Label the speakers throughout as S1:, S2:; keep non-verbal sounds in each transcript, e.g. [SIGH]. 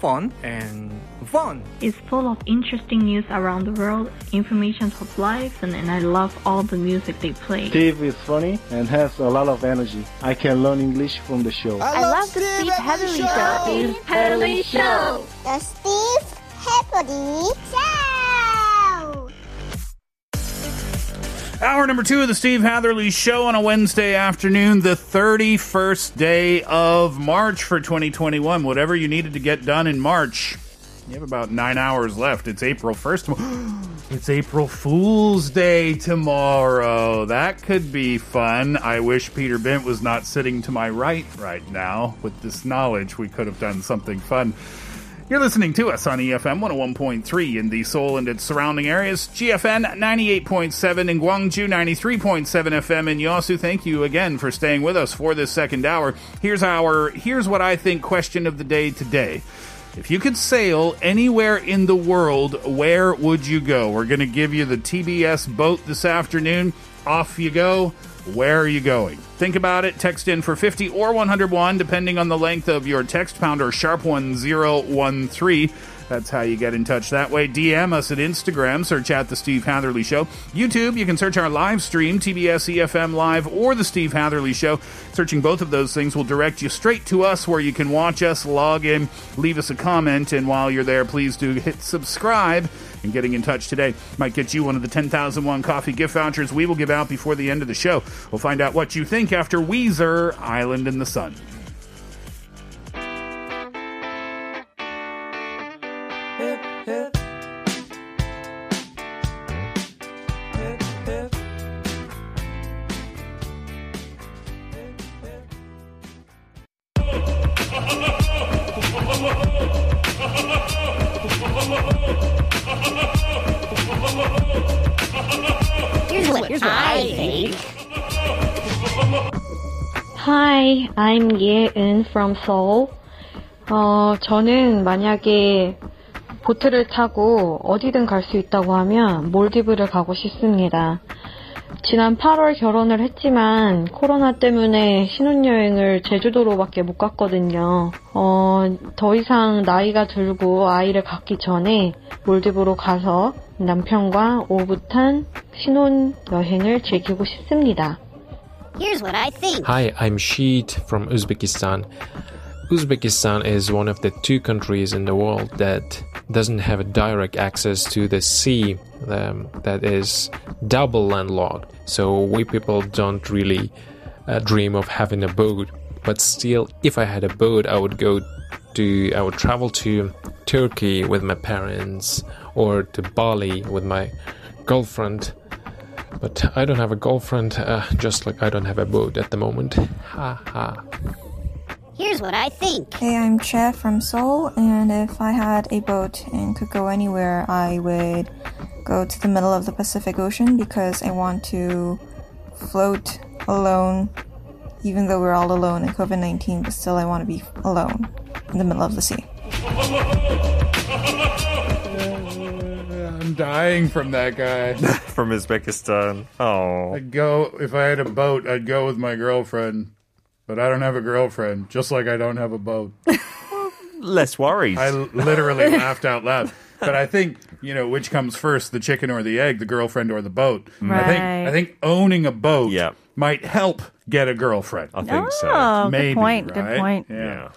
S1: fun, and fun.
S2: It's full of interesting news around the world, information of life, and, and I love all the music they play.
S3: Steve is funny and has a lot of energy. I can learn English from the show.
S4: I love the Steve 헤들리 쇼.
S5: The Steve Happily Show.
S6: Hour number two of the Steve Hatherley Show on a Wednesday afternoon, the 31st day of March for 2021. Whatever you needed to get done in March, you have about nine hours left. It's April 1st. It's April Fool's Day tomorrow. That could be fun. I wish Peter Bent was not sitting to my right right now. With this knowledge, we could have done something fun. You're listening to us on E EFM 101.3 in the Seoul and its surrounding areas, GFN 98.7 in Gwangju 93.7 FM in Yosu. Thank you again for staying with us for this second hour. Here's our here's what I think question of the day today. If you could sail anywhere in the world, where would you go? We're going to give you the TBS boat this afternoon. Off you go. Where are you going? Think about it. Text in for 50 or 101, depending on the length of your text pound or sharp 1013. That's how you get in touch that way. DM us at Instagram, search at The Steve Hatherley Show. YouTube, you can search our live stream, TBS EFM E Live, or The Steve Hatherley Show. Searching both of those things will direct you straight to us where you can watch us, log in, leave us a comment, and while you're there, please do hit subscribe. And getting in touch today might get you one of the 10,001 coffee gift vouchers we will give out before the end of the show. We'll find out what you think after Weezer Island in the Sun.
S2: Hi, I'm Yeeun from Seoul. 어, 저는 만약에 보트를 타고 어디든 갈 수 있다고 하면 몰디브를 가고 싶습니다. 지난 8월 결혼을 했지만 코로나 때문에 신혼여행을 제주도로밖에 못 갔거든요. 어, 더 이상 나이가 들고 아이를 갖기 전에 몰디브로 가서 남편과 오붓한 신혼여행을 즐기고 싶습니다.
S5: Here's what I think.
S7: Hi, I'm Sheet from Uzbekistan. Uzbekistan is one of the two countries in the world that doesn't have direct access to the sea um, that is double landlocked. So we people don't really uh, dream of having a boat. But still, if I had a boat, I would go to, I would travel to Turkey with my parents or to Bali with my girlfriend but I don't have a girlfriend, uh, just like I don't have a boat at the moment. Ha ha.
S5: Here's what I think.
S8: Hey, I'm Chad from Seoul, and if I had a boat and could go anywhere, I would go to the middle of the Pacific Ocean because I want to float alone, even though we're all alone in COVID 19, but still I want to be alone in the middle of the sea.
S6: I'm dying from that guy.
S9: from Uzbekistan. Oh,
S6: I'd go if I had a boat. I'd go with my girlfriend, but I don't have a girlfriend. Just like I don't have a boat. [LAUGHS]
S9: less worries.
S6: I literally laughed out loud. But I think you know which comes first, the chicken or the egg, the girlfriend or the boat. I think I think owning a boat
S9: Yeah.
S6: might help get a girlfriend.
S9: I think so.
S6: Maybe, good point. Good point.
S9: Yeah.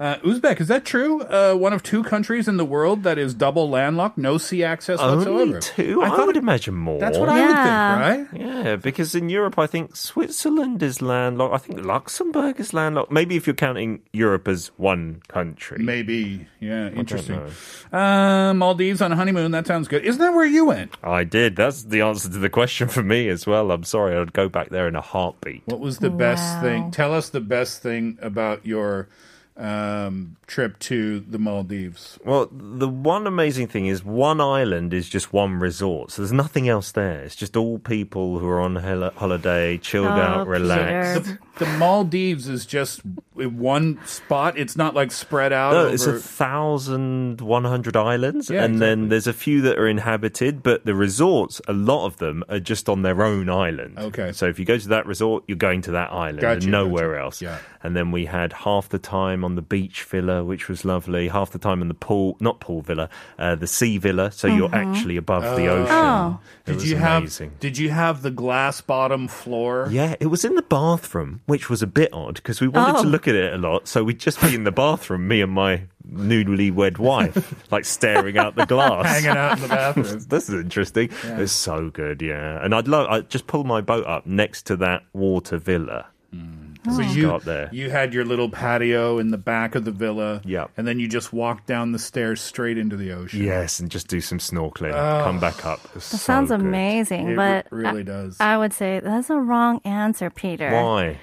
S6: Uh, Uzbek, is that true? Uh, one of two countries in the world that is double landlocked, no sea access
S9: Only
S6: whatsoever.
S9: two? I,
S6: I thought
S9: would
S6: it-
S9: imagine more.
S6: That's what I would think, right?
S9: Yeah, because in Europe, I think Switzerland is landlocked. I think Luxembourg is landlocked. Maybe if you're counting Europe as one country.
S6: Maybe. Yeah,
S9: interesting.
S6: Uh, Maldives on a honeymoon. That sounds good. Isn't that where you went?
S9: I did. That's the answer to the question for me as well. I'm sorry. I'd go back there in a heartbeat.
S6: What was the best thing? Tell us the best thing about your um, trip to the Maldives.
S9: Well, the one amazing thing is one island is just one resort, so there's nothing else there. It's just all people who are on hel- holiday, chilled out, relaxed.
S6: The, the Maldives is just in one spot. It's not like spread out.
S9: No,
S6: over...
S9: it's a thousand one hundred islands,
S6: Yeah,
S9: and then there's a few that are inhabited, but the resorts, a lot of them are just on their own island.
S6: Okay.
S9: So if you go to that resort, you're going to that island
S6: Gotcha,
S9: and nowhere else.
S6: Yeah.
S9: And then we had half the time on the beach villa, which was lovely. Half the time in the pool, not pool villa, uh, the sea villa. So you're
S6: Mhm.
S9: actually above the
S6: Oh.
S9: ocean.
S6: Oh.
S9: It
S6: Did
S9: was
S6: you have-
S9: amazing.
S6: Did you have the glass bottom floor?
S9: Yeah, it was in the bathroom, which was a bit odd because we wanted to
S6: Oh.
S9: look at it a lot. So we'd just be in the bathroom, me and my newlywed
S6: [LAUGHS]
S9: wife, like staring out the glass,
S6: Hanging out
S9: [LAUGHS]
S6: in the bathroom.
S9: this is interesting. It's so good, yeah. And I'd love. I just pull my boat up next to that water villa.
S6: Mm. So
S9: It's
S6: you
S9: got there.
S6: you had your little patio in the back of the villa, yeah, and then you just walked down the stairs straight into the ocean.
S9: Yes, and just do some snorkeling.
S6: Oh.
S9: Come back up. It was
S10: That
S9: so
S10: sounds
S9: good.
S10: amazing, but I- I would say that's a wrong answer, Peter.
S9: Why?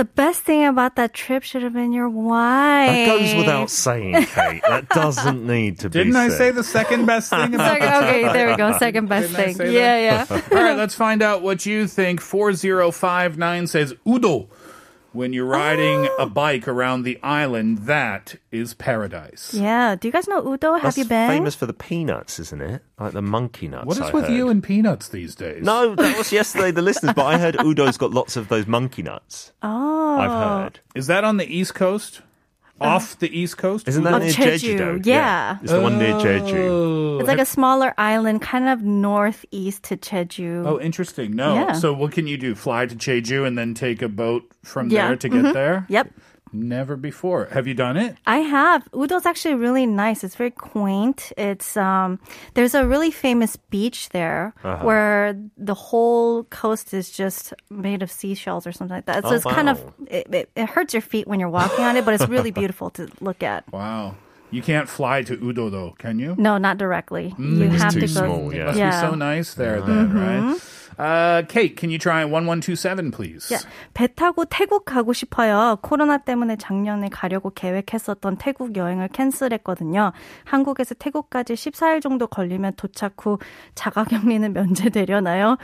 S10: The best thing about that trip should have been your wife.
S9: That goes without saying, Kate. That doesn't need to be.
S6: Didn't I
S9: said.
S6: say the second best
S10: [LAUGHS]
S6: thing? About
S10: Okay, okay, there we go. Second best
S6: Didn't I
S10: thing.
S6: say
S10: Yeah,
S6: that? All right, let's find out what you think. 4059 says Udo. When you're riding
S10: Oh.
S6: a bike around the island, that is paradise.
S10: yeah. Do you guys know Udo? Have
S9: That's
S10: you been?
S9: famous for the peanuts, isn't it? Like the monkey nuts.
S6: What
S9: I
S6: is
S9: heard.
S6: with you and peanuts these days?
S9: No, that was yesterday, the listeners, but I heard Udo's got lots of those monkey nuts.
S10: Oh. Uh,
S9: I've heard.
S6: Is that on the East Coast? Off the East Coast?
S9: Isn't that
S10: Of
S9: near Jeju?
S10: Jeju,
S9: though?
S10: yeah. Oh.
S9: It's the one near Jeju.
S10: It's like a smaller island, kind of northeast to Jeju.
S6: Oh, interesting. No.
S10: Mm-hmm. Yeah.
S6: So what can you do? Fly to Jeju and then take a boat from
S10: Yeah.
S6: there to
S10: Mhm.
S6: get there?
S10: Yep.
S6: Never before. Have you done it?
S10: I have. Udo's actually really nice. It's very quaint. It's um there's a really famous beach there
S6: Uh-huh.
S10: where the whole coast is just made of seashells or something like that. So
S6: Oh,
S10: it's kind of
S6: wow.
S10: it, it, it hurts your feet when you're walking on it, but it's really beautiful to look at.
S6: Wow. You can't fly to Udo though, can you?
S10: No, not directly. You
S6: Mm, It's
S10: have
S6: too
S10: to go.
S6: small, It must be so nice there then, right? Uh, Kate, can you try 1127 please?
S10: Mm-hmm. Yeah. 배 타고 태국 가고 싶어요. 코로나 때문에 작년에 가려고 계획했었던 태국 여행을 캔슬했거든요. 한국에서 태국까지 14일 정도 걸리면 도착 후 자가격리는 [LAUGHS] 면제되려나요?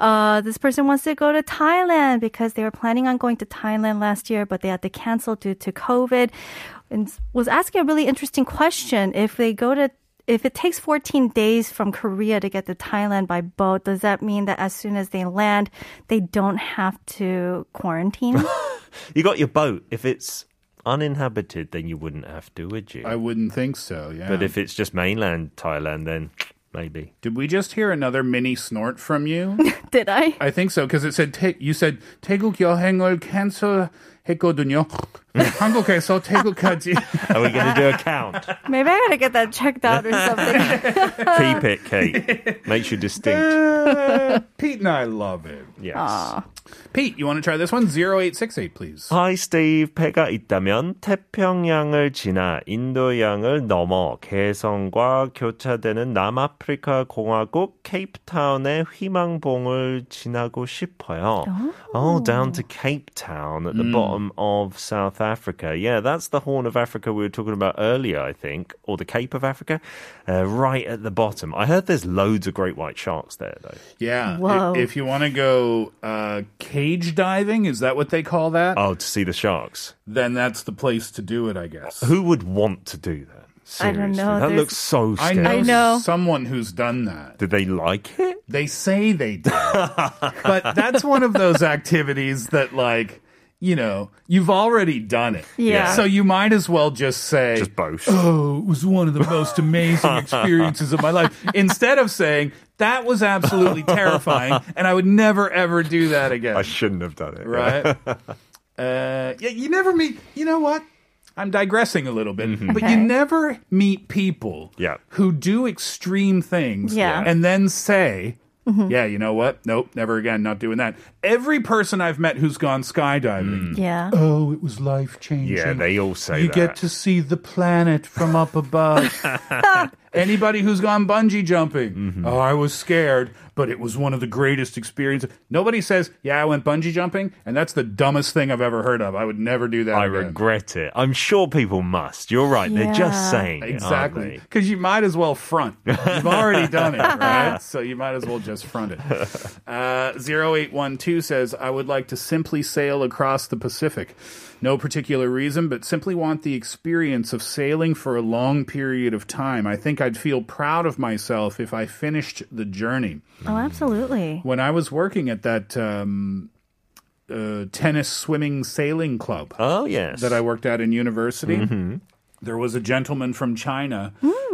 S10: Uh, this person wants to go to Thailand because they were planning on going to Thailand last year, but they had to cancel due to COVID. And was asking a really interesting question. If they go to if it takes 14 days from Korea to get to Thailand by boat, does that mean that as soon as they land, they don't have to quarantine?
S9: You got your boat. If it's uninhabited, then you wouldn't have to, would you?
S6: I wouldn't think so, yeah.
S9: But if it's just mainland Thailand, then maybe.
S6: Did we just hear another mini snort from you?
S10: [LAUGHS] Did I?
S6: I think so because it said take you said 태국 여행을
S10: [LAUGHS]
S6: 캔슬했거든요. 한국에서 태국까지.
S9: Are we going to do a
S10: [LAUGHS]
S9: count?
S10: Maybe I gotta get that checked out
S6: [LAUGHS]
S10: or something.
S9: Keep it, Kate. Makes you distinct.
S6: Uh, Pete [LAUGHS] and I love it.
S9: Yes.
S6: Pete, you want to try this one? 0868, please.
S9: Hi, Steve. 배가 있다면 태평양을 지나 인도양을 넘어 개성과 교차되는 남아프리카 공화국 케이프타운의 희망봉을 지나고 싶어요. Oh, down to Cape Town at the bottom of South Africa. Yeah, that's the Horn of Africa we were talking about earlier, I think, or the Cape of Africa, uh, right at the bottom. I heard there's loads of great white sharks there, though.
S6: Yeah. i-
S9: Whoa.
S6: If, you want to go uh, cage diving, is that what they call that?
S9: Oh, to see the sharks.
S6: Then that's the place to do it, I guess.
S9: Who would want to do that?
S6: I don't
S9: Seriously,
S6: know.
S9: That
S6: There's-
S9: looks so
S6: I
S9: scary.
S6: know, someone who's done that.
S9: Did they like it?
S6: They say they [LAUGHS] did. but that's one of those activities that, like, you know, you've already done it.
S4: Yeah.
S6: So you might as well just say, just
S9: both.
S6: [SIGHS] Oh, it was one of the most amazing experiences of my life. Instead of saying, that was [LAUGHS] absolutely terrifying and I would never, ever do that again. I
S9: shouldn't have done it.
S6: Right? Uh, yeah, you never meet. You know what? I'm digressing a little bit,
S9: Mm-hmm.
S6: but
S10: Okay.
S6: you never meet people who do extreme things
S10: Yeah. Mm-hmm.
S6: and then say, yeah, you know what? Nope, never again, not doing that. Every person I've met who's gone skydiving,
S10: Yeah.
S6: Oh, it was life changing.
S9: Mm. Yeah, they all say
S6: you
S9: that.
S6: get to see the planet from
S9: [LAUGHS]
S6: up above. Anybody who's gone bungee jumping,
S9: Mm-hmm.
S6: oh, I was scared, but it was one of the greatest experiences. Nobody says, yeah, I went bungee jumping, and that's the dumbest thing I've ever heard of. I would never do that.
S9: [LAUGHS] I
S6: again.
S9: regret it. I'm sure people must. You're right. They're just saying. it, aren't
S6: Exactly.
S9: they?
S6: Because you might as well front. You've already done it, right? So you might as well just front it. Uh, 0812 says, I would like to simply sail across the Pacific. No particular reason, but simply want the experience of sailing for a long period of time. I think I'd feel proud of myself if I finished the journey.
S10: Oh, absolutely.
S6: When I was working at that um, uh, tennis, swimming, sailing club.
S9: Oh, yes.
S6: That I worked at in university.
S9: Mm-hmm.
S6: There was a gentleman from China.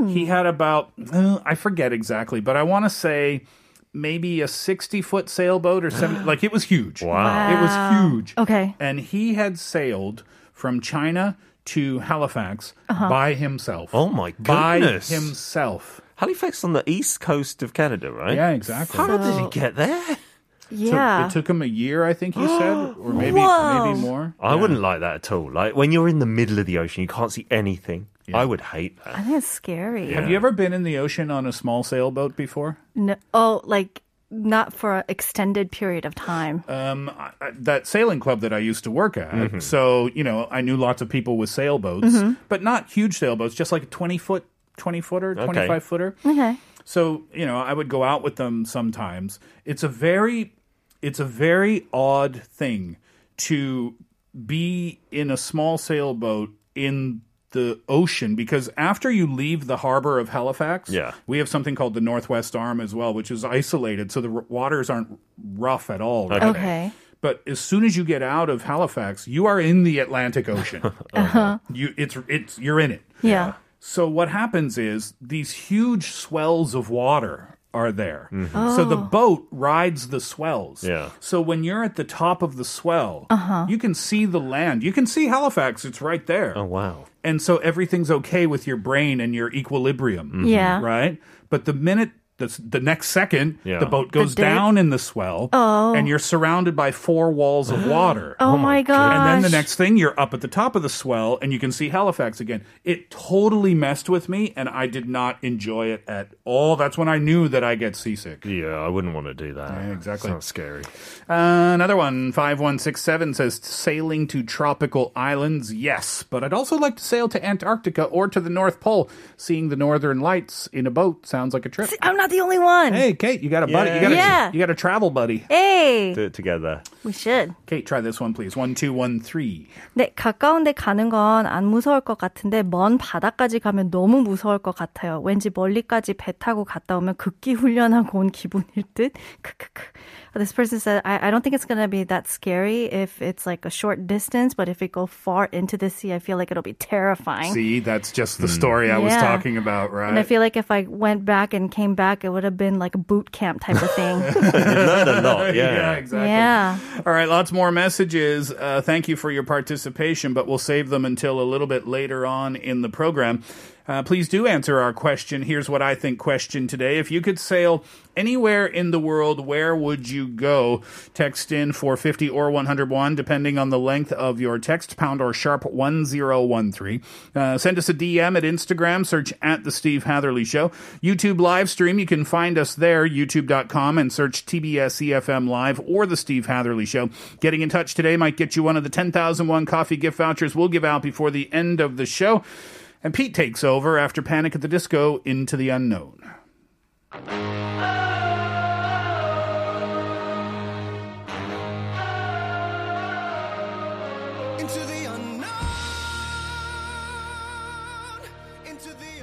S6: He had about, uh, I forget exactly, but I want to say maybe a 60 foot sailboat
S9: [GASPS]
S6: or 70. like it was huge. It was huge.
S10: Okay.
S6: And he had sailed from China to Halifax
S10: Uh-huh.
S6: by himself.
S9: Oh my
S6: By
S9: goodness.
S6: himself.
S9: Halifax on the east coast of Canada, right?
S6: Yeah, exactly.
S9: How did
S10: So-
S9: he get there?
S6: Took-
S10: Yeah.
S6: it took him a year, I think he
S9: [GASPS]
S6: said, or maybe
S10: Whoa.
S6: maybe more.
S9: I wouldn't like that at all. Like when you're in the middle of the ocean, you can't see anything. I would hate that.
S10: I think it's scary.
S6: Have you ever been in the ocean on a small sailboat before?
S10: No, oh, like not for an extended period of time.
S6: Um, I, I- that sailing club that I used to work at.
S9: Mm-hmm.
S6: So you know, I knew lots of people with sailboats,
S10: Mhm.
S6: but not huge sailboats, just like a twenty foot, twenty footer, twenty five footer.
S10: Okay.
S6: So you know, I would go out with them sometimes. It's a very, it's a very odd thing to be in a small sailboat in the ocean because after you leave the harbor of Halifax,
S9: Yeah.
S6: we have something called the Northwest Arm as well, which is isolated, so the r- waters aren't rough at all.
S9: Okay.
S10: Okay.
S6: But as soon as you get out of Halifax, you are in the Atlantic Ocean.
S10: [LAUGHS] Uh-huh.
S6: You it's it's you're in it.
S10: Yeah.
S6: So what happens is these huge swells of water are there. So the
S10: Oh.
S6: boat rides the swells.
S9: Yeah.
S6: So when you're at the top of the swell,
S10: Uh-huh.
S6: you can see the land. You can see Halifax. It's right there.
S9: Oh wow.
S6: And so everything's okay with your brain and your equilibrium.
S10: Mhm. Yeah.
S6: Mm-hmm. Right? But the minute the, s- the next second
S9: Yeah.
S6: the boat
S10: The
S6: goes
S10: dip.
S6: down in the swell
S10: Oh.
S6: and you're surrounded by four
S10: [GASPS]
S6: walls of water.
S10: Oh, my gosh.
S6: And then the next thing, you're up at the top of the swell and you can see Halifax again. It totally messed with me and I did not enjoy it at all. That's when I knew that I get seasick.
S9: Yeah, I wouldn't want to do that.
S6: exactly.
S9: Sounds scary.
S6: Uh, another one, 5167 says sailing to tropical islands. Yes, but I'd also like to sail to Antarctica or to the North Pole. Seeing the northern lights in a boat sounds like a trip.
S10: I'm not the only one.
S6: Hey, Kate, you got a buddy. You got a,
S10: Yeah.
S6: you got a travel buddy.
S10: 에이.
S9: it together.
S10: We should.
S6: Kate, try this one, please. One, two, one, three.
S10: 네, 가까운 데 가는 건 안 무서울 것 같은데 먼 바다까지 가면 너무 무서울 것 같아요. 왠지 멀리까지 배 타고 갔다 오면 극기 훈련하고 온 기분일 듯. [LAUGHS] 크크크. This person said, I, I don't think it's gonna be that scary if it's like a short distance, but if we go far into the sea, I feel like it'll be terrifying.
S6: See, that's just the story I was
S10: Yeah.
S6: talking about, right?
S10: And I
S6: [LAUGHS]
S10: feel like if I went back and came back, it would have been like a boot camp type of
S6: [LAUGHS]
S10: thing.
S9: You learn a lot. Yeah.
S6: exactly.
S10: yeah.
S6: All right, lots more messages. Uh, thank you for your participation, but we'll save them until a little bit later on in the program. Uh, please do answer our question. Here's what I think question today. If you could sail anywhere in the world, where would you go? Text in 450 or 101, depending on the length of your text, pound or sharp 1013. Uh, send us a DM at Instagram, search at The Steve Hatherley Show. YouTube live stream, you can find us there, youtube.com, and search TBS EFM E Live or The Steve Hatherley Show. Getting in touch today might get you one of the 10,001 coffee gift vouchers we'll give out before the end of the show. And Pete takes over after Panic at the Disco into the unknown.
S4: Into the unknown. Into the